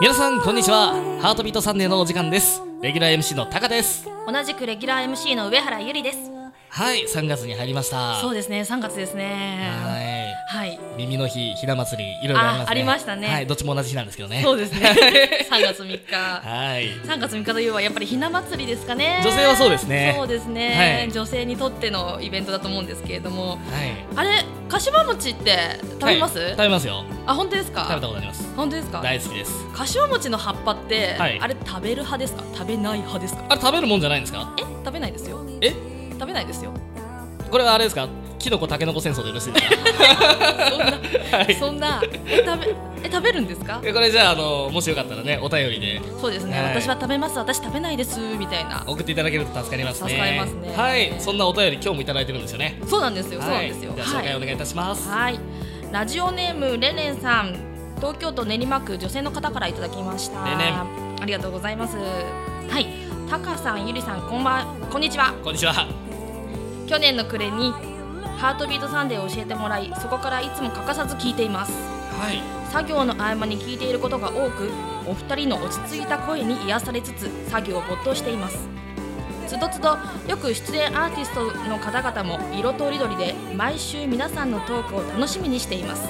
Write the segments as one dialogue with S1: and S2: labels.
S1: 皆さんこんにちはハートビートサンデーのお時間ですレギュラー MC のタカです
S2: 同じくレギュラー MC の上原ゆりです
S1: はい3月に入りました
S2: そうですね3月ですね
S1: はい
S2: はい
S1: 耳の日ひな祭りいろいろありますね
S2: あありましたね
S1: はいどっちも同じ日なんですけどね
S2: そうです ね3月3日
S1: はい
S2: 3月3日といえばやっぱりひな祭りですかね
S1: 女性はそうですね
S2: そうですね、
S1: はい
S2: 女性にとってのイベントだと思うんですけれども
S1: はい
S2: あれ柏餅って食べます、
S1: はい食べますよ
S2: あ本当ですか
S1: 食べたことあります
S2: 本当ですか
S1: 大好きです
S2: 柏餅の葉っぱって、
S1: はい
S2: あれ食べる派ですか食べない派ですか
S1: あれ食べるもんじゃないんですか
S2: え食べないですよ
S1: え
S2: 食べないで すよ
S1: これはあれですかキノコタケノコ戦争でよろしいです
S2: そんな、
S1: かはい
S2: そんなえ食べえ食べるんですか
S1: えこれじゃああのもしよかったらねお便りで
S2: そうですね、
S1: はい
S2: 私は食べます私食べないですみたいな
S1: 送っていただけると助かりますね
S2: 助かりますね
S1: はいそんなお便り今日もいただいてるんですよね
S2: そうなんですよ、そうなんですよ
S1: はい、じゃあ紹介お願いいたしますは
S2: はい、ラジオネームレレンさん東京都練馬区女性の方からいただきました
S1: レレ
S2: ありがとうございますはいタカさんゆりさんこんばんこんにちはい
S1: こんにちは
S2: 去年の暮れにハートビートサンデーを教えてもらいそこからいつも欠かさず聞いています
S1: はい
S2: 作業の合間に聞いていることが多くお二人の落ち着いた声に癒されつつ作業を没頭していますつどつどよく出演アーティストの方々も色とりどりで毎週皆さんのトークを楽しみにしています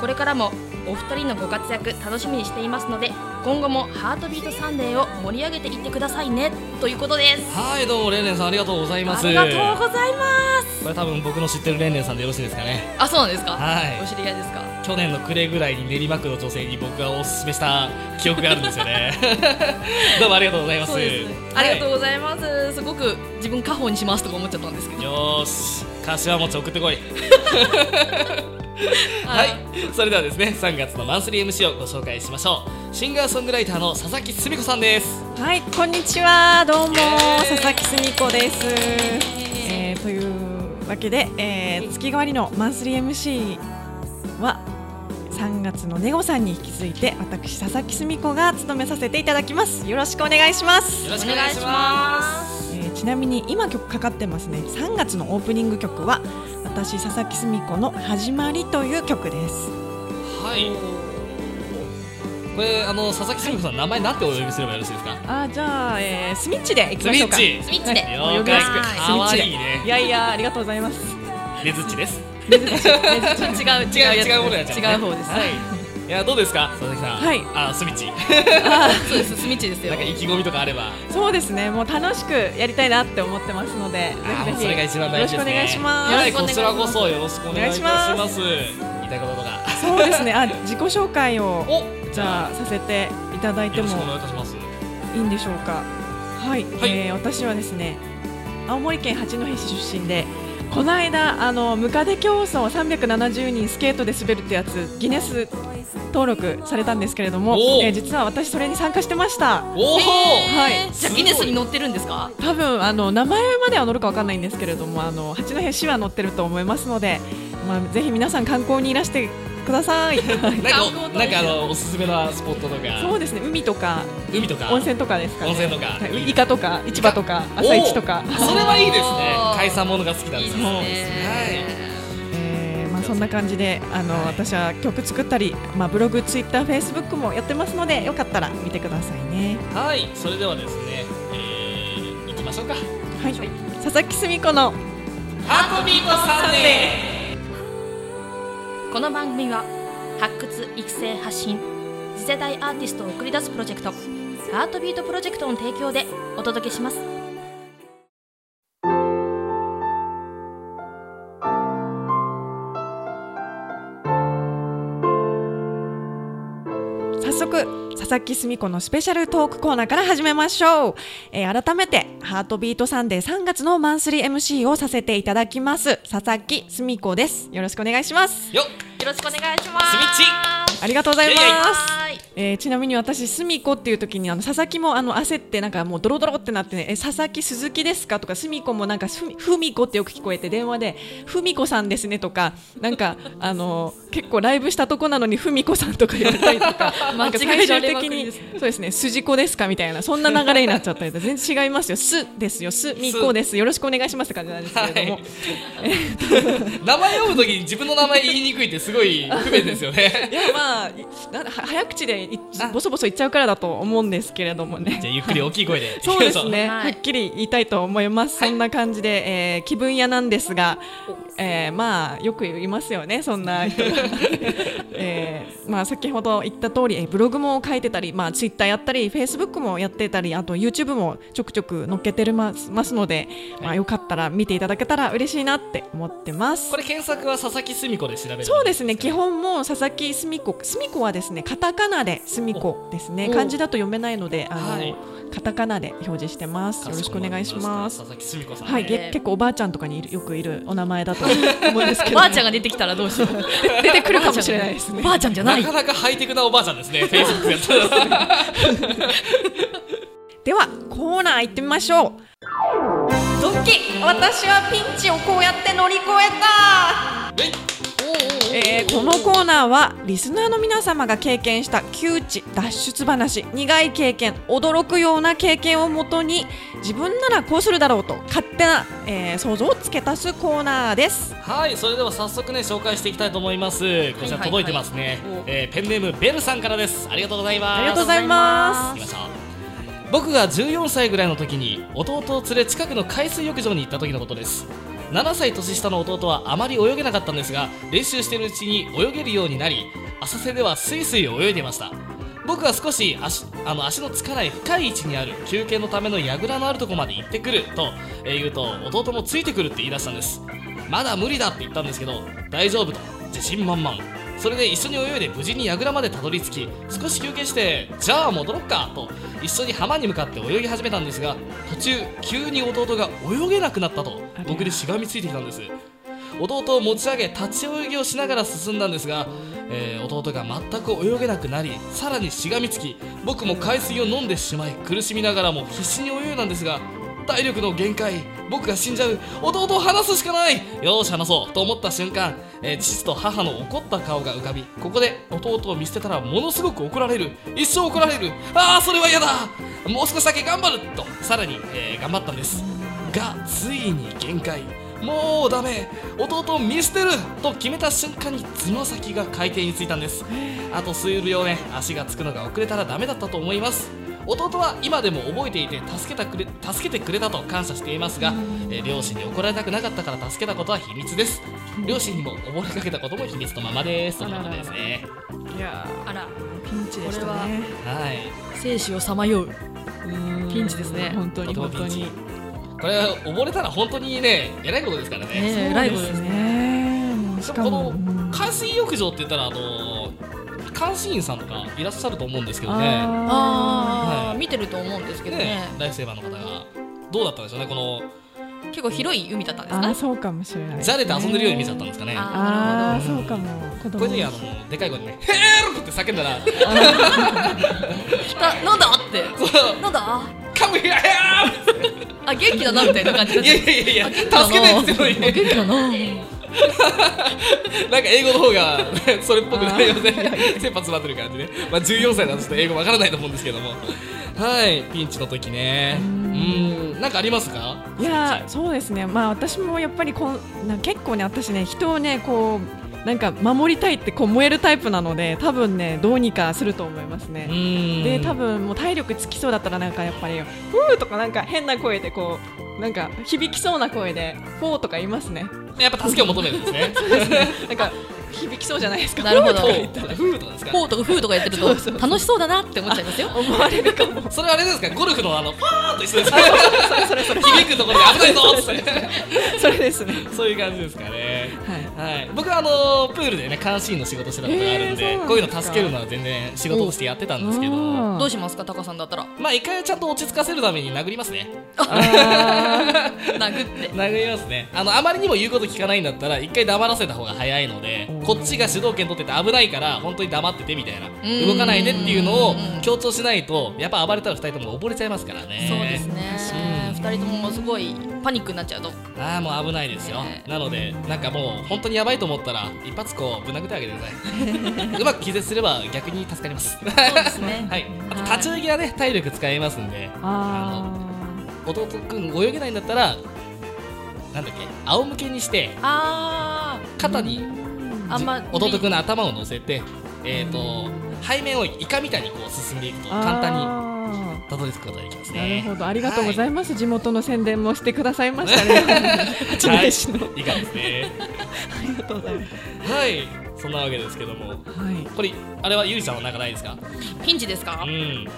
S2: これからもお二人のご活躍楽しみにしていますので今後も「ハートビートサンデー」を盛り上げていってくださいねということです
S1: はいどうもレンレンさんありがとうございます
S2: ありがとうございます
S1: これ多分僕の知ってるレンレンさんでよろしいですかね
S2: あそうなんですか、
S1: はい
S2: お知り合いですか
S1: 去年の暮れぐらいに練馬区の女性に僕がおすすめ した記憶があるんですよね どうもありがとうございます
S2: そうですねありがとうございます、すごく自分家宝にしますとか思っちゃったんですけど
S1: よーし柏餅送ってこいは、
S2: はい
S1: それではですね3月のマンスリー MC をご紹介しましょうシンガーソングライターの佐々木すみ子さんです
S3: はい、こんにちは、どうも
S1: イエーイ、
S3: 佐々木すみ子です。えーというわけで、えー月替わりのマンスリー MC は3月のネゴさんに引き続いて、私佐々木すみ子が務めさせていただきます。よろしくお願いします。
S1: よろしく
S2: お
S1: お願
S2: 願
S1: い
S2: い
S1: し
S2: し
S1: ま
S2: ます
S3: えーちなみに今曲かかってますね。3月のオープニング曲は私佐々木すみ子の始まりという曲です。
S1: すはいこれあの佐々木すみ子さん名前なんてお呼びすればよろしいですか
S3: あー、じゃあ、えースミッチでいき
S1: ス
S3: ま
S1: ミ
S3: しょう
S1: ッ
S3: か。
S1: チ
S2: スミッチで
S3: はい
S1: 了
S3: 呼びや
S1: 解
S3: すく
S1: かわいい
S3: い
S1: ね
S3: やいや、ありがとうございます。
S1: ねずっちです
S3: 珍しい珍しい
S2: 違
S1: 違う
S2: う違う
S1: 違うものやっちゃ
S2: 違う方です、
S1: はいいやどうですか佐々木さん
S3: はい
S1: あスミッチ
S2: そうですスミッチですよ
S1: なんか意気込みとかあれば
S3: そうですね、もう楽しくやりたいなって思ってますので、
S1: あ
S3: ぜひ
S1: ーそ
S3: ぜひ
S1: れが一番大事ですね
S3: よろしくお願いします。
S1: は
S2: よ
S1: い
S2: ろしくお
S1: こ
S2: 願いします
S1: ちらこそよろしくお願いいたし
S3: お願
S1: ま
S3: い
S1: す言いたいこととか
S3: そうですね、あ、自己紹介を
S1: お
S3: じゃあさせていただいて
S1: よろ
S3: も
S1: しくお願いいたします
S3: いいんでしょうか。は
S1: は
S3: い、
S1: い
S3: えー私はですね、青森県八戸市出身で。この間あのムカデ競争370人スケートで滑るってやつギネス登録されたんですけれども
S1: お、ー
S3: えー実は私それに参加してました
S1: おお
S3: はい
S2: じゃあギネスに乗ってるんですか
S3: 多分あの名前までは載るかわかんないんですけれどもあの八戸市は載ってると思いますので、まあ、ぜひ皆さん観光にいらしてくだ さいはい
S1: なん
S2: 観
S1: か
S2: 光
S1: なんかあのおすすめのスポットと
S3: そ
S1: か
S3: うですね海とか
S1: 海とか
S3: 温泉とかですかね
S1: 温泉とか
S3: はいイカとか市場とか朝市とか
S1: お、ーそれはいいですね
S2: おー
S1: 海産物が好きなん
S2: いい
S1: で
S2: ですす
S1: ね
S2: ね
S3: えーまあ、そんな感じであの、
S1: はい
S3: 私は曲作ったり、まあ、ブログツイッターフェイスブックもやってますのでよかったら見てくださいね、
S1: はい、はい、それではですねえー、行きましょうか
S3: はい、佐々木すみ子の
S1: ハートビートサンデー
S2: この番組は発掘育成発信次世代アーティストを送り出すプロジェクトアートビートプロジェクトの提供でお届けします
S3: 早速佐々木すみ子のスペシャルトークコーナーから始めましょう、えー改めて「ハートビートサンデー」3月のマンスリー MC をさせていただきます佐々木すみ子ですよろしくお願いします
S1: よっ
S2: よろしくお願いします
S1: スミッチ
S3: ありがとうございます
S2: はい
S3: えーちなみに私すみこっていう時にあの佐々木もあの焦ってなんかもうドロドロってなって、ね、え佐々木鈴木ですかとかすみこもなんかふみふみこってよく聞こえて電話でふみこさんですねとかなんかあの結構ライブしたとこなのにふみこさんとか言われたりと かなんか最終的
S2: 間違えられまくり
S3: に
S2: です
S3: そうですね筋子ですかみたいなそんな流れになっちゃったりと全然違いますよすですよすみこですよろしくお願いしますって感じなんですけれども、
S1: はい 名前読むときに自分の名前言いにくいってすごい不便ですよね
S3: いやまあいなは早口でいボソボソ言っちゃうからだと思うんですけれどもね
S1: じゃあゆっくり大きい声で
S3: そうですね、
S2: はい
S3: はっきり言いたいと思います、そんな感じで、えー気分屋なんですが、えーまあよく言いますよねそんな人が、えーまあ、先ほど言った通り、えーブログも書いてたり、まあ、ツイッターやったりフェイスブックもやってたりあと YouTube もちょくちょく載っけてるますますので、ま
S1: は
S3: あ、
S1: い
S3: よかったら見ていただけたら嬉しいなって思ってます
S1: こ。れ検索は佐々木すみ子で調べる
S3: そうですね基本もう佐々木すみ子すみ子はですねカタカナですみ子ですね
S2: お
S3: 漢字だと読めないのであの、
S1: はい
S3: カタカナで表示してますよろしくお願いします
S1: 佐々木すみ子さんね
S3: はい、げ結構おばあちゃんとかにいるよくいるお名前だと思うんですけ
S2: お
S3: ど
S2: ばあちゃんが出てきたらどうしよう 出て
S3: くるかもしれないですね
S2: おばあちゃんじゃな
S1: ないかなかハイテクなおばあちゃんです ね Facebook やったら
S3: ではコーナー行ってみましょうドッキ私はピンチをこうやって乗り越えた
S1: はい
S3: えーこのコーナーはリスナーの皆様が経験した窮地脱出話苦い経験驚くような経験をもとに自分ならこうするだろうと勝手な、えー想像を付け足すコーナーです
S1: はいそれでは早速ね紹介していきたいと思いますこちら
S2: はいはいはい
S1: 届いてますね、
S2: お
S1: えーペンネームベルさんからですありがとうございます
S3: ありがとうございま
S1: 行きましょう僕が14歳ぐらいの時に弟を連れ近くの海水浴場に行った時のことです7歳年下の弟はあまり泳げなかったんですが練習しているうちに泳げるようになり浅瀬ではスイスイ泳いでいました僕は少し足あの足のつかない深い位置にある休憩のための櫓のあるとこまで行ってくるとえー言うと弟もついてくるって言い出したんですまだ無理だって言ったんですけど大丈夫と自信満々それで一緒に泳いで無事に櫓までたどり着き少し休憩してじゃあ戻ろっかと一緒に浜に向かって泳ぎ始めたんですが途中急に弟が泳げなくなったと
S3: ありゃ
S1: 僕にしがみついてきたんです弟を持ち上げ立ち泳ぎをしながら進んだんですが、えー弟が全く泳げなくなりさらにしがみつき僕も海水を飲んでしまい苦しみながらも必死に泳いだんですが体力の限界僕が死んじゃう弟を離すしかないよーし話そうと思った瞬間、えー父と母の怒った顔が浮かびここで弟を見捨てたらものすごく怒られる一生怒られるああそれは嫌だもう少しだけ頑張るとさらに、えー頑張ったんですがついに限界もうダメ弟を見捨てると決めた瞬間につま先が海底についたんですあと数秒ね足がつくのが遅れたらダメだったと思います弟は今でも覚えていて助けたくれ助けてくれたと感謝していますが、えー両親に怒られたくなかったから助けたことは秘密です両親にも溺れかけたことも秘密のままですということですね
S3: いや
S2: あら
S3: ピンチ
S2: でしたね
S1: はい
S2: 生死をさまようピンチですね
S3: 本当に
S1: とてもピ
S3: 本当
S1: ンチ
S3: に
S1: これは溺れたら本当にねえらいことですからね
S2: ねえライブですね
S3: ねもうしか
S1: こ
S3: も
S1: の
S3: うん
S1: 海水浴場って言ったらあの監視員さんとかいらっしゃると思うんですけどね
S3: あ
S2: あ
S1: は
S2: あ
S1: い
S2: 見てると思うんですけど
S1: ね
S2: ね
S1: ライフセーバーの方がどうだったんでしょうねこの
S2: 結構広い海だったんです
S3: ー
S2: か
S3: あー
S2: ね
S3: そうかもしれない
S1: じゃれて遊んでるように見ちゃったんですかね
S2: あ
S3: ああ
S1: なる
S3: そ
S1: ほ
S3: う
S1: ど
S3: かも子
S1: こう
S3: 供
S1: いう時あのでかい声でね「ヘルプ!」って叫んだら 「
S2: 来たなんだってなんだ
S1: カムヒラヘル
S2: あ元気だなみたいな感じ
S1: プ!」いやいやいやいや助けてって言ってるの
S2: あ
S1: に
S2: 元気だな
S1: なんか英語の方がそれっぽくないよね 切羽詰まってる感じね、まあ、14歳だとちょっと英語わからないと思うんですけどもはいピンチの時ねうんなんかありますか
S3: いやーそうですね、まあ、私もやっぱりこうな結構ね、私ね、人をね、こうなんか守りたいってこう燃えるタイプなので、多分ね、どうにかすると思います
S1: う
S3: ね。
S1: ん
S3: で、多分もう体力つきそうだったら、なんかやっぱり、ふーとか、なんか変な声で、こう、なんか響きそうな声で、フォーとか言いますね。
S1: やっぱ助けを求めるんですね
S3: なんか響きそうじゃないで すか。
S2: なるほど
S1: フ
S3: フー
S1: ーとかフーとかですか
S2: こうとかフーとかやってると
S3: そうそうそう
S2: 楽しそうだなって思っちゃいますよ
S3: とか思われる かも。
S1: それあれですかゴルフのあのパーンと一緒ですね響くところで危ないぞっつって
S3: それですね。
S1: そういう感じですかねはい
S3: はい。
S1: はい、僕はあのプールでね監視員の仕事してたことがあるんで,、
S3: えーそうなんですか
S1: こういうの助けるのは全然仕事としてやってたんですけど
S3: うん
S2: どうしますかタカさんだったら
S1: まあ一回ちゃんと落ち着かせるために殴りますね
S2: 殴って
S1: 殴りますねあのあまりにも言うこと聞かないんだったら一回黙らせた方が早いので
S3: うん
S1: こっちが主導権取ってて危ないから本当に黙っててみたいな
S2: うん
S1: 動かないでっていうのを
S2: うん
S1: 強調しないとやっぱ暴れたら二人とも溺れちゃいますからね
S2: そうですね二人ともすごいパニックになっちゃうと
S1: ああもう危ないですよ、
S2: ね
S1: なのでなんかもう本当にやばいと思ったら一発こうぶん殴ってあげてくだ さいうまく気絶すれば逆に助かります
S2: そうですね
S1: はいあと
S2: はい
S1: 立ち泳ぎはね体力使いますんで
S3: あ
S1: 弟くん泳げないんだったらなんだっけ仰向けにして
S2: あ
S1: 肩に
S2: ああんま
S1: 弟くんの頭を乗せてえー、と背面をイカみたいにこう進んでいくと
S3: あ。
S1: 簡単に
S3: に。
S1: たどり着くことができます
S3: なる
S1: ね
S3: ほど、ありがとうござ
S1: い
S3: います。地元の宣伝もしてくださいま したね。八戸市の。
S1: はい、いかがですね
S3: ありがとうございます。
S1: はいそんなわけですけども
S3: はい。
S1: これあれはゆりさんはなんかないですか
S2: ピンチですか
S1: うん
S2: うん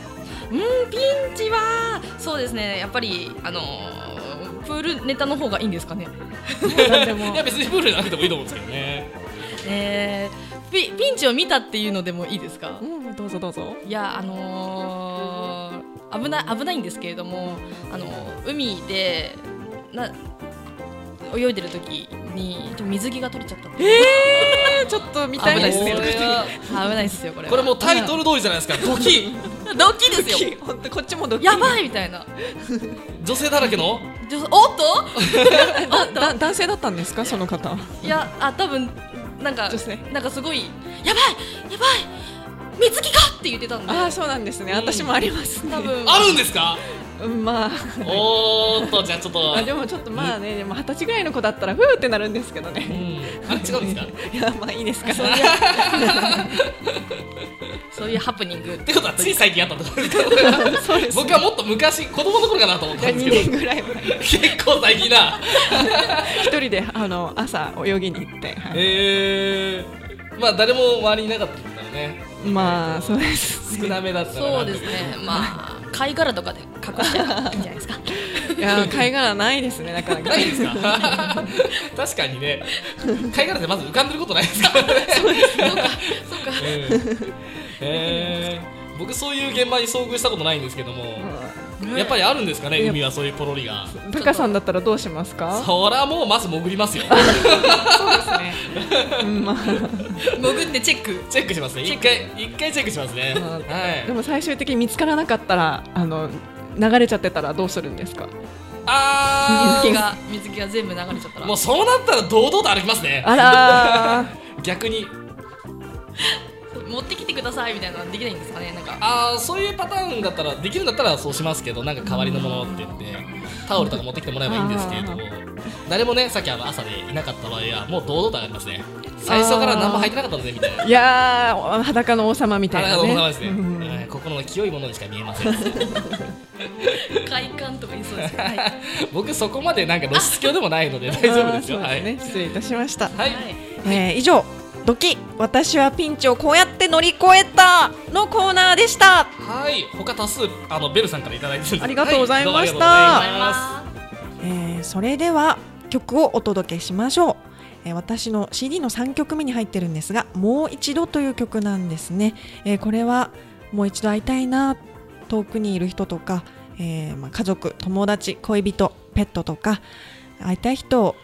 S2: ピンチはそうですねやっぱりあのープールネタの方がいいんですかね
S3: なんでも
S1: いや。別にプールじゃなくてもいいと思うんですけどね
S2: えーピピンチを見たっていうのでもいいですか
S3: うん、どうぞどうぞ。
S2: いやあのー危ない危ないんですけれどもあのー海でな泳いでる時にちょっと水着が取れちゃったんで
S3: ええ、ちょっと見
S2: 危
S3: たい
S2: な
S3: で
S2: いですすね
S1: これ
S3: ね。
S1: は
S2: 危ないですよこれは
S1: これもうタイトル通りじゃないですかドキ
S2: うんドッキリですよ
S3: 本当こっちもドキリ
S2: やばいみたいな
S1: 女性だらけの
S2: ちょおっと
S3: だ男性だったんですかその方。
S2: いやあ多分なんか
S3: 女性
S2: なんかすごいやばいやばい水着がって言ってたんで
S3: ああそうなんですね。私もありますね。
S2: 多分
S1: あるんですか
S3: うんまあ。
S1: おーっとじゃあちょっと
S3: あでもちょっとまあねでも二十歳ぐらいの子だったらふーってなるんですけど
S1: うん
S3: ね。
S1: あれ違うんですかっ
S3: いやまあいいですか。
S2: そういうハプニング
S1: てことはつい最近あったってことですか
S3: そう です。
S1: 僕はもっと昔子供の頃かなと思ったんですけ
S3: 2年
S1: ど
S3: ぐらい前
S1: 結構最近だ
S3: 一人であの朝泳ぎに行って、はい
S1: えー、まあ誰も周りにいなかったんだろうね
S3: まあそうです
S1: 少なめだったら
S2: そうですねまあ貝殻とかで隠してゃいいんじゃない ですか
S3: いや貝殻ないですねなかなか
S1: ないですか 確かにね貝殻でまず浮かんでることないですからね
S2: そうか
S1: えー、僕そういう現場に遭遇したことないんですけども、
S2: うん
S1: やっぱりあるんですかね
S3: いや
S1: 海はそういうポロリが
S3: タカさんだったらどうしますか
S1: そりゃもうまず潜りますよ
S3: そうですね、 うんまあ、
S2: 潜ってチェック
S1: チェックしますね一回一回チェックしますね
S3: まあで
S1: はい
S3: も最終的に見つからなかったらあの流れちゃってたらどうするんですか
S1: あ
S2: 水着が水着が全部流れちゃった
S1: ー
S2: ら
S1: もうそうなったら堂々と歩きますね
S3: あら
S1: 逆に
S2: 持ってきてくださいみたいなのはできないんですかねなんか
S1: あーそういうパターンだったらできるんだったらそうしますけどなんか代わりのものって言ってタオルとか持ってきてもらえばいいんですけれども誰もねさっきあの朝でいなかった場合はもう堂々と上がりますね最初から何も入ってなかったぜみたいない
S3: やー裸の王様みたい
S1: ありが
S3: な
S1: とう
S3: ね
S1: ございますね、
S3: うん
S1: はい心の清いものにしか見えません
S2: 快感とか言いそうですね、はい
S1: 僕そこまでなんか露出狂でもないので大丈夫ですよ
S3: あーそうね失礼いたしました、
S1: はい、
S2: は
S1: はいい、
S3: えー以上「ドキ私はピンチをこうやって乗り越えた」のコーナーでした
S1: はい、他多数あのベルさんからいただいてるんです
S3: ありがとうございま
S1: はど
S3: した
S1: うもあ
S2: あ
S1: り
S2: り
S1: がとうございます
S2: がとうございます
S3: えーそれでは曲をお届けしましょう、えー私の CD の3曲目に入ってるんですが「もう一度」という曲なんですね、えーこれはもう一度会いたいな遠くにいる人とか、えーまあ、家族友達恋人ペットとか会いたい人を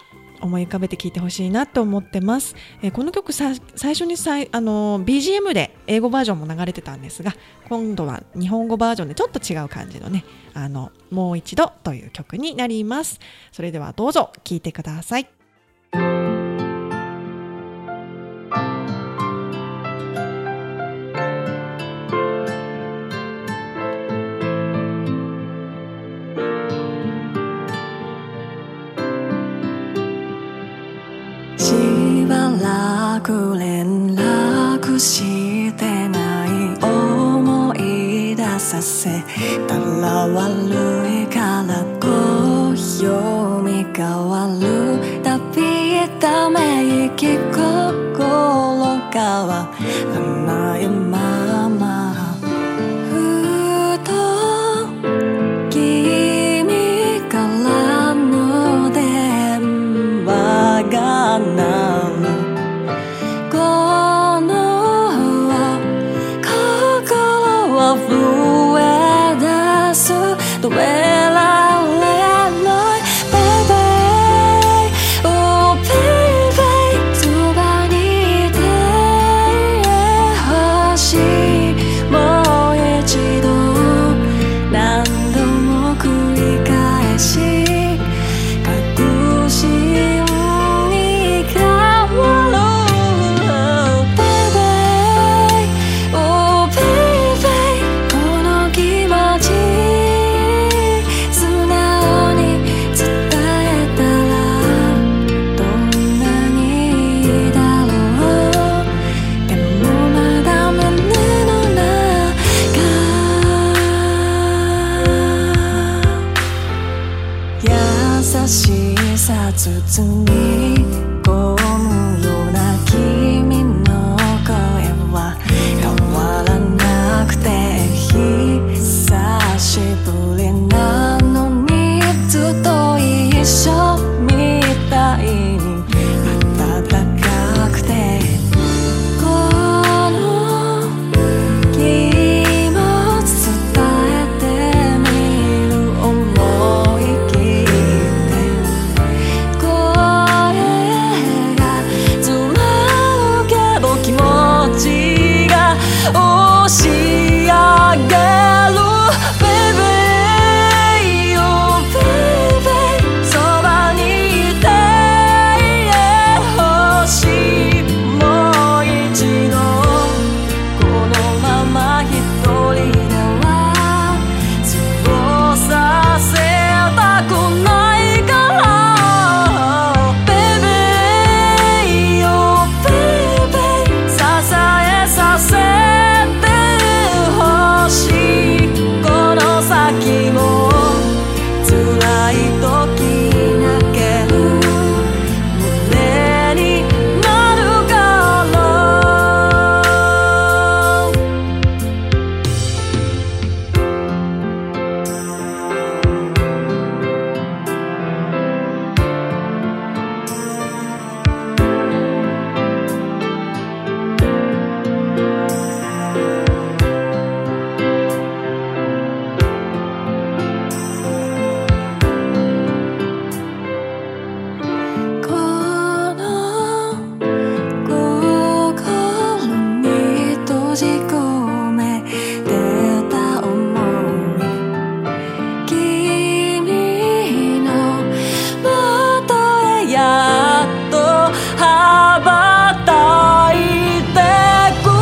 S3: 思い浮かべて聴いてほしいなと思ってます、えーこの曲さ最初にさい、あのー BGM で英語バージョンも流れてたんですが今度は日本語バージョンでちょっと違う感じのね「あのもう一度」という曲になりますそれではどうぞ聴いてください
S4: しばらく連絡してない思い出させたら悪いからこう読み変わるたびため息心変わらないままふと君からの電話が鳴を仕上げる Baby, oh baby そばにいてほしいもう一度このまま一人ではそうさせたくないから Baby, oh baby 支えさせてほしいこの先も辛い時だけ胸になるからこの心に閉じ込めてた想い君の元へやっと羽ばたいてく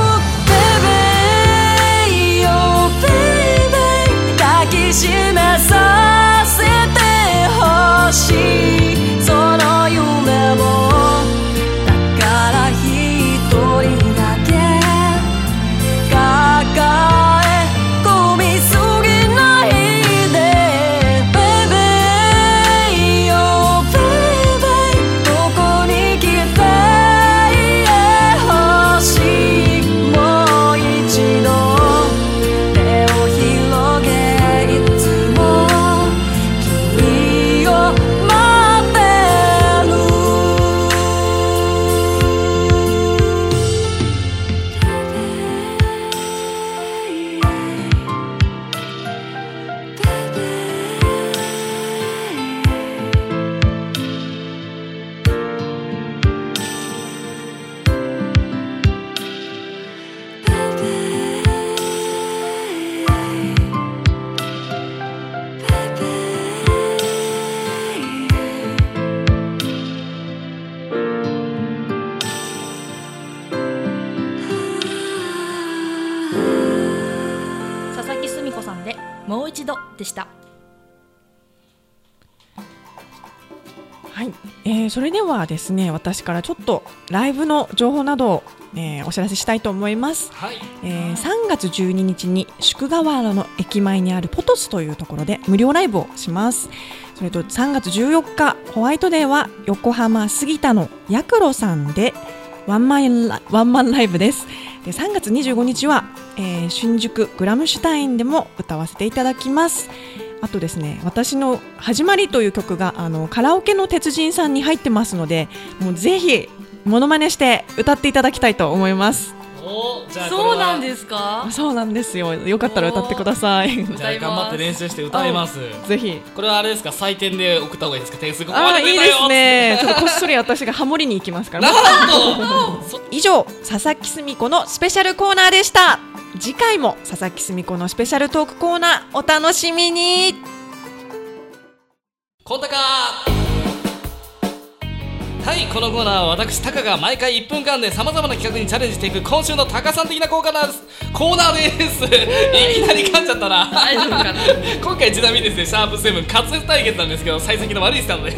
S4: Baby, oh baby 抱きしめさせてほしいその夢をだから一人だけ抱え込みすぎないで Baby, oh baby ここに来てほしいもう一度手を広げいつも君を待ってる
S2: 佐々木すみ子さんでもう一度でした
S3: はい、えーそれではですね私からちょっとライブの情報などを、えーお知らせしたいと思います、
S1: はい
S3: えー3月12日に宿河原の駅前にあるポトスというところで無料ライブをしますそれと3月14日ホワイトデーは横浜杉田のヤクロさんでワンマンラワンマンライブですで3月25日は、えー新宿グラムシュタインでも歌わせていただきますあとですね私の「始まり」という曲があのカラオケの鉄人さんに入ってますのでもうぜひモノマネして歌っていただきたいと思います
S1: おじゃあ
S2: そうなん
S1: す
S2: ですか
S3: そうなんですよよかったら歌ってください
S1: じゃあ頑張って練習して歌います
S3: ぜひ
S1: これはあれですか採点で送った方がいいですか点数ここま
S3: あ
S1: で
S3: ーい
S1: 出
S3: い
S1: た
S3: で
S1: よ
S3: すねちょっとこっそり私がハモりに行きますか
S1: な
S3: ら
S1: んとそ
S3: 以上佐々木すみ子のスペシャルコーナーでした次回も佐々木すみ子のスペシャルトークコーナーお楽しみに
S1: こんたかはいこのコーナーは私タカが毎回1分間でさまざまな企画にチャレンジしていく今週のタカさん的なコーナーですコーナーですいきなり噛んじゃったな
S2: 大丈夫かな
S1: 今回ちなみにですねシャープ7滑舌対決なんですけど幸先の悪いスタートです、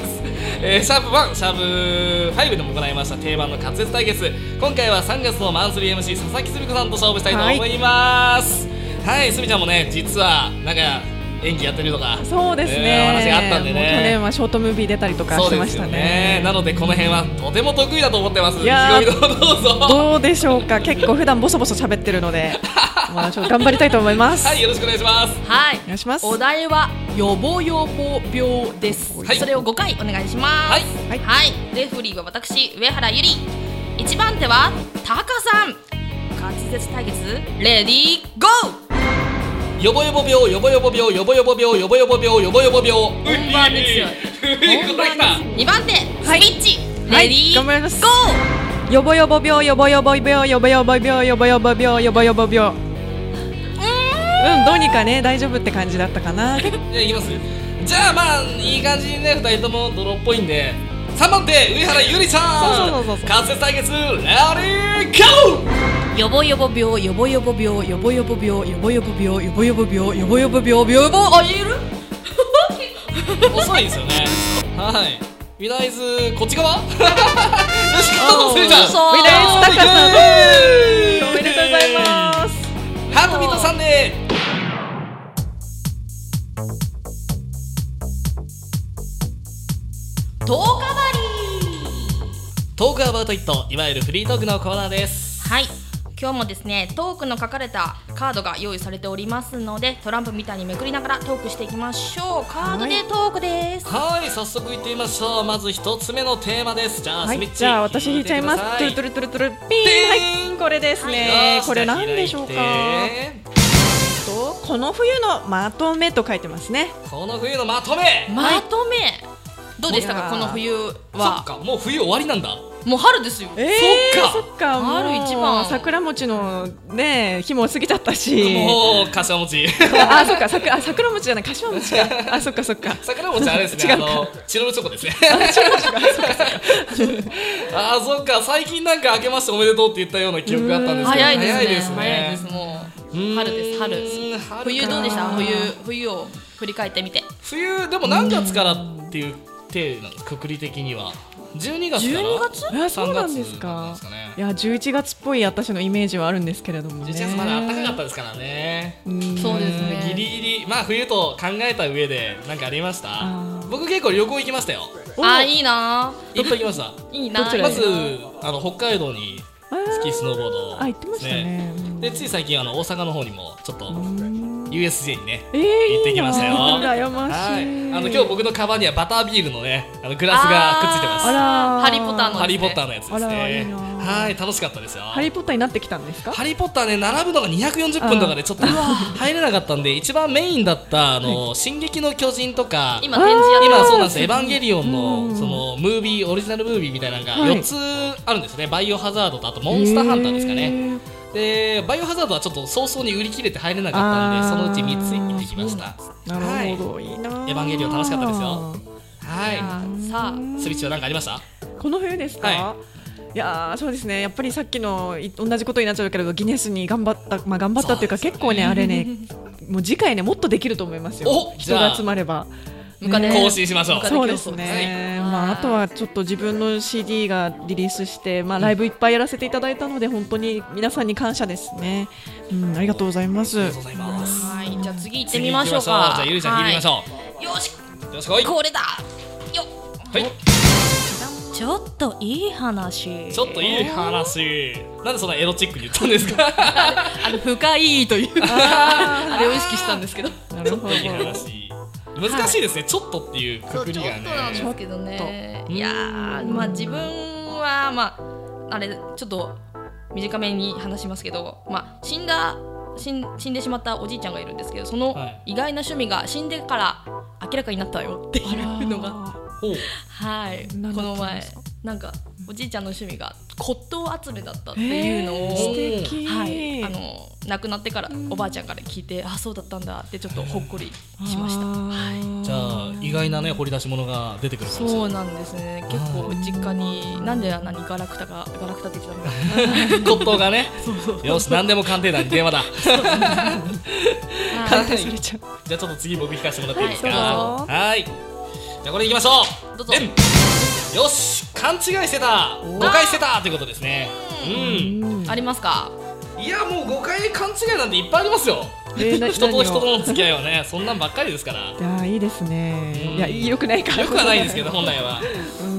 S1: えーシャープ1シャープ5でも行いました定番の滑舌対決今回は3月のマンスリー MC 佐々木すみ子さんと勝負したいと思いますはい、すみちゃんもね実はなんか演技やってるとか
S3: そうですね、
S1: えーお話があったんでね
S3: もう去年はショートムービー出たりとか
S1: そう
S3: して
S1: で
S3: ますし
S1: よ
S3: た
S1: ね
S3: ね
S1: なのでこの辺はとても得意だと思ってます
S3: いやー
S1: 意気込みの方どうぞ
S3: どうでしょうか結構普段ボソボソ喋ってるの でまあちょっと頑張りたいと思います、
S1: はいよろしくお願いします
S2: はい
S3: お願いします
S2: お題は予防予防病です、
S1: はい
S2: それを5回お願いします
S1: はい
S3: はい
S2: はいレフリーは私上原ゆり1番手はタカさん滑舌対決レディーゴー
S1: よぼよぼ病よぼよぼ病よぼよぼ病よぼよぼ病よぼよぼ病
S2: 本番ですよ
S1: 本番だ
S2: 2番手
S3: はい
S2: スピッチ、
S3: は
S2: レ
S3: い
S2: ディーゴ
S3: 頑
S2: ー、
S3: 張ります予防予防病予防予防病予防予防病予防予防病予防予防病うんどうにかね大丈夫って感じだったかな結構
S1: じゃあいきますじゃあまあいい感じにね2人とも泥っぽいんで3番手上原ゆりちゃん
S3: そうそうそうそう
S1: 滑舌対決レディーゴー
S2: よぼよぼ病よぼよぼ病よぼよぼ病よぼよぼ病よぼよぼ病よぼよぼ病よぼあ言える
S1: 遅いですよねはいミナイズこっち側 よし川瀬ちゃん
S2: そう
S3: ミナイズ高さん
S1: イエーイ
S3: おめでとうございます
S1: ハートビートサンデー
S2: 10日針
S1: トークアバウトイットいわゆるフリートークのコーナーです
S2: はい今日もですねトークの書かれたカードが用意されておりますのでトランプみたいにめくりながらトークしていきましょうカードでトークです
S1: はい早速いってみましょうまず一つ目のテーマですじゃあ、
S3: は
S1: スミッ
S3: い
S1: チ
S3: じゃあ私引いちゃいますトゥ
S1: 引
S3: ル
S1: て
S3: トゥ
S1: くださ
S3: ルトゥルトゥルピーン
S1: ピーン
S3: はいこれです
S1: い
S3: ね
S1: よし
S3: これなんでしょうか
S1: じゃあ開いて
S3: えっとこの冬のまとめと書いてますね
S1: この冬のまとめ
S2: まとめどうでした
S3: いや
S2: か
S3: ー
S2: この冬
S1: そっ
S2: は
S1: かもう冬終わりなんだ
S2: もう春ですよ
S3: え
S1: そっ
S3: ー
S1: か
S3: そっかもう
S2: 春一番
S3: 桜餅のね日も過ぎちゃったし
S1: もう柏餅
S3: あそっか桜あ桜餅じゃない柏餅かあそっかそっか
S1: 桜餅あれですね
S3: 違
S1: あ
S3: うか
S1: のチロルチョコですねあーそっか最近なんか明けましておめでとうって言ったような記憶があったんですけど
S2: 早いですね
S1: 早いですね
S2: 早いですもう春です春
S1: うーん春か
S2: 冬どうでした冬冬を振り返ってみて
S1: 冬でも何月からっていう手なのくくり的には12月から
S2: 12月
S3: あそうなんです
S1: 3月なん
S3: か
S1: ですかね
S3: いや11月っぽい私のイメージはあるんですけれどもね
S1: 11月まだ暖かかったですからね
S3: うん
S2: そうですね
S1: ギリギリまあ冬と考えた上で何かありました
S3: あー
S1: 僕結構旅行行きましたよ
S3: お
S2: あいいなー
S1: いっぱい行きました
S2: いいな
S3: ど
S2: ー
S3: ちらへ
S1: まずあの北海道に
S3: あー
S1: スキースノーボード
S3: あ行ってましたねうん
S1: でつい最近あの大阪の方にもちょっと USJ にね
S3: えー
S1: 行ってきましたよ
S3: いいな羨ましい
S1: はいあの今日僕のカバンにはバタービールのねあのグラスがくっついてます
S3: あらー
S2: ハリーポッターの
S1: ハリー・ポッターのやつです
S3: あらいい
S1: ね
S3: な
S1: はい楽しかったですよ
S3: ハリーポッターになってきたんですか
S1: ハリー・ポッターね並ぶのが240分とかでちょっと入れなかったんで一番メインだったあの「進撃の巨人」とか
S2: 今展示やって
S1: 今
S2: ます
S1: そうなんです「エヴァンゲリオン
S3: う
S1: の」
S3: ん
S1: そのムービーオリジナルムービーみたいなのが
S3: はい
S1: 4つあるんですね、バイオハザードとあとモンスターハンターですかね、でバイオハザードはちょっと早々に売り切れて入れなかったんで
S3: あー
S1: そのうち3つ行ってきました
S3: えーなるほど、い、いなー
S1: エヴァンゲリオン楽しかったですよはい、
S2: あ
S1: は
S2: ーさあ
S1: い、スイッチは何かありました
S3: この冬ですか、、
S1: はい
S3: やーそうですねやっぱりさっきのい同じことになっちゃうけれどギネスに頑張ったまあ頑張ったっていうか
S1: そうです
S3: 結構ねあれねもう次回ねもっとできると思いますよ
S1: お
S3: 人が集まれば
S2: ムカデ
S1: 更新しましょう
S2: ムカデ
S3: そ
S2: 競
S3: うで
S2: 争
S3: す
S2: ね
S3: ね、まあ、あとはちょっと自分の CD がリリースして、まあ、ライブいっぱいやらせていただいたので本当に皆さんに感謝ですね、うん、ありがとうございます
S1: ありがとうございます
S2: はいじゃあ次行ってみましょうか
S1: 次行きじゃあゆりちゃん引いてみまし
S2: は
S1: ょ
S2: いよし
S1: う、よしこい
S2: これだよ
S1: はい
S2: ちょっといい話
S1: ちょっといい話なんでそんなエロチックに言ったんですか
S2: あの深いというあれを意識したんですけど
S3: な
S1: ちょ
S3: る
S1: っ
S3: ほ
S1: と
S3: ど
S1: いい話難しいですね、ちょっとっていう
S2: そ
S1: く
S2: う
S1: く
S2: ち
S1: り
S2: ょっ
S1: が
S2: となんです
S1: ね
S2: けどね
S1: ちょっと
S2: いやーまあ自分はまああれちょっと短めに話しますけど、まあ、死んだ死ん死んでしまったおじいちゃんがいるんですけどその
S1: はい
S2: 意外な趣味が死んでから明らかになったよっていうのが
S1: ほう
S2: はいこ
S3: 何だったんですか
S2: の前なんかおじいちゃんの趣味が骨董集めだったっていうのを、
S3: えー素敵、
S2: はい、あの亡くなってからおばあちゃんから聞いて、あそうだったんだってちょっとほっこりしました。はい
S3: い
S1: じゃあ意外なね掘り出し物が出てくるかもしれ
S2: そう
S1: ない
S2: なんですね。結構実家になんであんなにガラクタがガラクタって言ってたの。
S1: 骨董が ねよし何でも鑑定団に電話だ
S2: はい
S1: 鑑定
S3: それちゃう
S1: じゃあちょっと次僕引かせてもらっていいですか
S2: は
S1: はいじゃあこれいきましょう
S2: どうぞ
S1: レンよし勘違いしてた誤解してたということですねうん
S2: ありますか。
S1: いやもう誤解勘違いなんていっぱいありますよ
S3: えーな
S1: 人と人
S3: 何を
S1: との付き合いはねそんなんばっかりですから
S3: いやいいですね
S1: うん
S3: いや良くないか
S1: よくはないんですけど本来は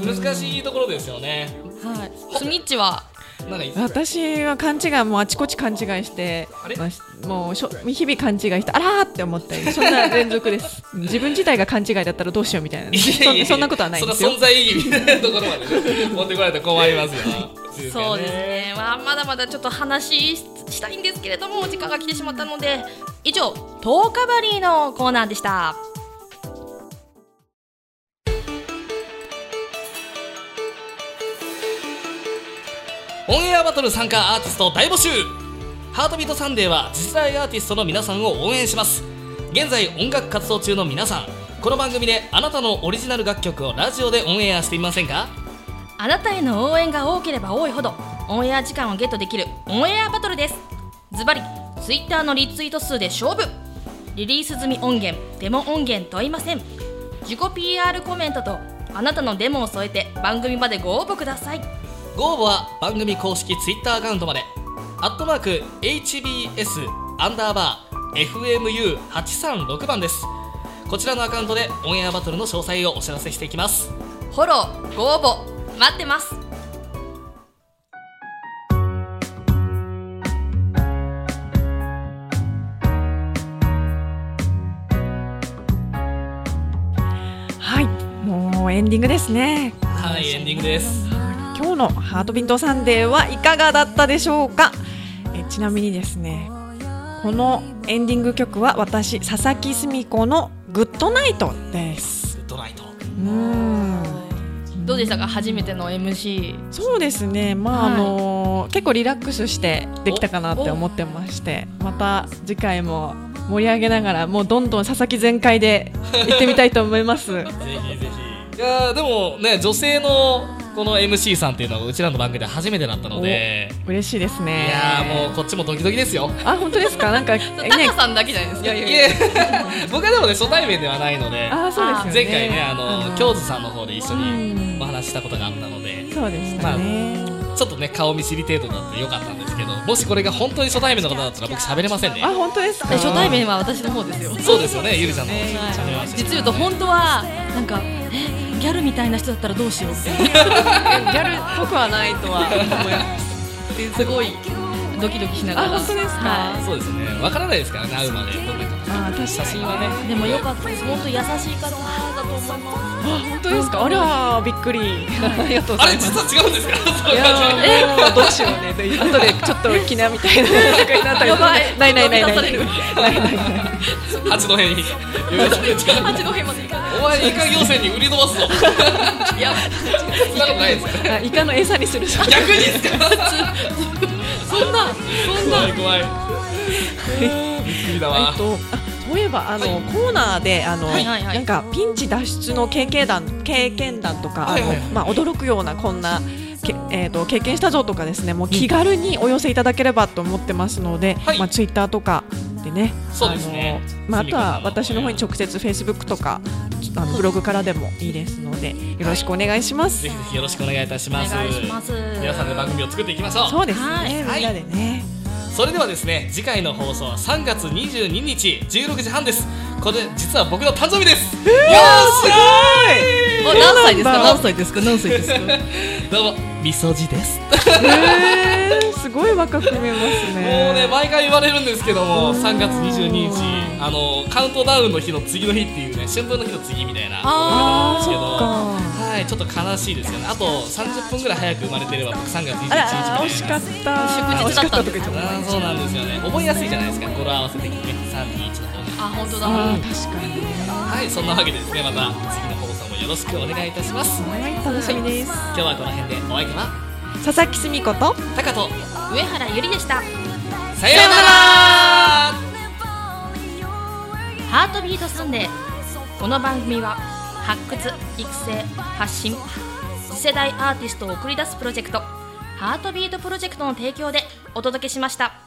S1: 難しいところですよね
S2: はい。スミッチは
S1: なんかい
S3: 私は勘違いもうあちこち勘違いして
S1: あれ
S3: まあしもうしょ日々勘違いしてあらーって思ったりそんな連続です自分自体が勘違いだったらどうしようみたいなねそんそんなことはないんですよ
S1: そんな存在意義みたいなところまでね持ってこられたら困りますよ
S2: そうですね。まあまだまだちょっと話ししたいんですけれども時間が来てしまったので以上トーカバリーのコーナーでした。
S1: オンエアバトル参加アーティスト大募集ハートビートサンデーは次世代アーティストの皆さんを応援します現在音楽活動中の皆さんこの番組であなたのオリジナル楽曲をラジオでオンエアしてみませんか
S2: あなたへの応援が多ければ多いほどオンエア時間をゲットできるオンエアバトルですズバリツイッターのリツイート数で勝負リリース済み音源デモ音源問いません自己 PR コメントとあなたのデモを添えて番組までご応募ください
S1: ご応募は番組公式 Twitter アカウントまでアットマーク HBS アンダーバー FMU836 番ですこちらのアカウントでオンエアバトルの詳細をお知らせしていきます
S2: フォローご応募待ってます
S3: はいもうエンディングですね
S1: はいエンディングです
S3: 今日のハートビートサンデーはいかがだったでしょうかえちなみにですねこのエンディング曲は私佐々木澄子のグッドナイトです
S1: グッドナイト
S3: うん
S2: どうでしたか初めての MC
S3: そうですねまあ、
S2: はい
S3: あの結構リラックスしてできたかなって思ってましてまた次回も盛り上げながらもうどんどん佐々木全開で行ってみたいと思います
S1: ぜひぜひいやーでもね女性のこの MC さんっていうのはうちらの番組で初めてだったので
S3: 嬉しいです
S1: い
S3: ね
S1: やーもうこっちもドキドキですよ
S3: あ本当ですかなん か、ね、
S2: タカさんだけじゃないですか
S3: いや
S1: いえ僕はでもね初対面ではないので
S3: あそうです
S1: 前
S3: よ
S1: 回
S3: ね
S1: ねあ
S3: う
S1: の
S3: ん
S1: 京都さんの方で一緒
S3: う
S1: に
S3: ん
S1: お話ししたことがあったので
S3: そうでしたね、
S1: ちょっとね顔見知り程度だってよかったんですけどもしこれが本当に初対面の方だったら僕喋れませんね
S3: あ本当ですか
S2: え初対面は私の方ですよ
S1: そうですよねゆりちゃんの方喋れました
S2: 実言うと本当はなんかえギャルみたいな人だったらどうしようって
S3: ギャルっぽくはないとは思います
S2: すごいドキドキしながら
S3: あ本当ですか
S2: は
S1: そうですよねわからないですからね会うまでどんな方か
S3: あ確かに
S1: 写真はね
S2: いでも良かったです本当優しい方だと思います
S3: あ本当ですかあらびっくりありがとうご
S1: あ
S3: ざい
S1: れ
S3: ます
S1: 実は違うんですか
S3: いやーもうどうしようね後でちょっときなみたいななんかになったり
S2: やばい
S3: ないないないない
S2: 呼び出される
S3: ないないない
S1: 八戸にゆりちゃん違う
S2: 八戸まで行かない
S1: お前に一回行政に売り飛ばすぞ
S2: いや
S1: そんなことないですよ
S3: あイカの餌にするじゃん
S1: 逆にですか
S2: そんなそんな
S1: 怖い怖いびっくりだ
S3: え
S1: わ
S3: っと、あそういえばあの、コーナーであの、
S2: はいはいはい
S3: なんかピンチ脱出の経験談経験談とか、あの
S1: はいはいはい
S3: まあ、驚くようなこんな。けえー、と経験したぞとかですねもう気軽にお寄せいただければと思ってますので、
S1: はい
S3: まあ、ツイッターとかでね
S1: そうですね
S3: あのまあ、あとは私の方に
S1: ちょ
S3: 直接フェイスブックとかあのブログからでもいいですのでよろしくお願いします。
S1: ぜひぜひよろしくお願いいたし
S2: お
S1: ます
S2: 願いします
S1: 皆さんで番組を作っていきましょう
S3: そうです
S2: はい
S3: ね、みんなでね、
S1: それではですね次回の放送は3月22日16時半ですこれ実は僕の誕生日ですよ
S3: す
S2: お何歳ですか何歳
S3: ですか何歳ですか
S1: ーしどうもみそじですも
S3: えー、すごい若く見えます
S1: う
S3: ね。
S1: ね毎回言われるんですけども3月22日あのカウントダウンの日の次の日っていうね春分の日の次みたいな
S2: あ
S1: 覚え方なん
S3: そ
S1: ですけどはいちょっと悲しいですよねあと30分ぐらい早く生まれてれば僕3月21日
S3: あら
S1: まで
S3: 惜しかった。
S2: 祝日だったん
S3: 惜しかとか
S2: です
S3: 言
S2: よ
S3: っちゃった
S1: あーそうなんですよね覚えやすいじゃないですか語呂合わせ的にね321の方が
S2: あ本当だ
S3: あー確かに
S1: はいそんなわけでですねまた次の放送もよろしくお願いいたします
S3: はい楽しみです。
S1: 今日はこの辺でお相手は
S3: 佐々木すみこと。
S1: タカと
S2: 上原ゆりでした
S1: さようなら
S2: ハートビートサンデーこの番組は発掘育成発信次世代アーティストを送り出すプロジェクトハートビートプロジェクトの提供でお届けしました。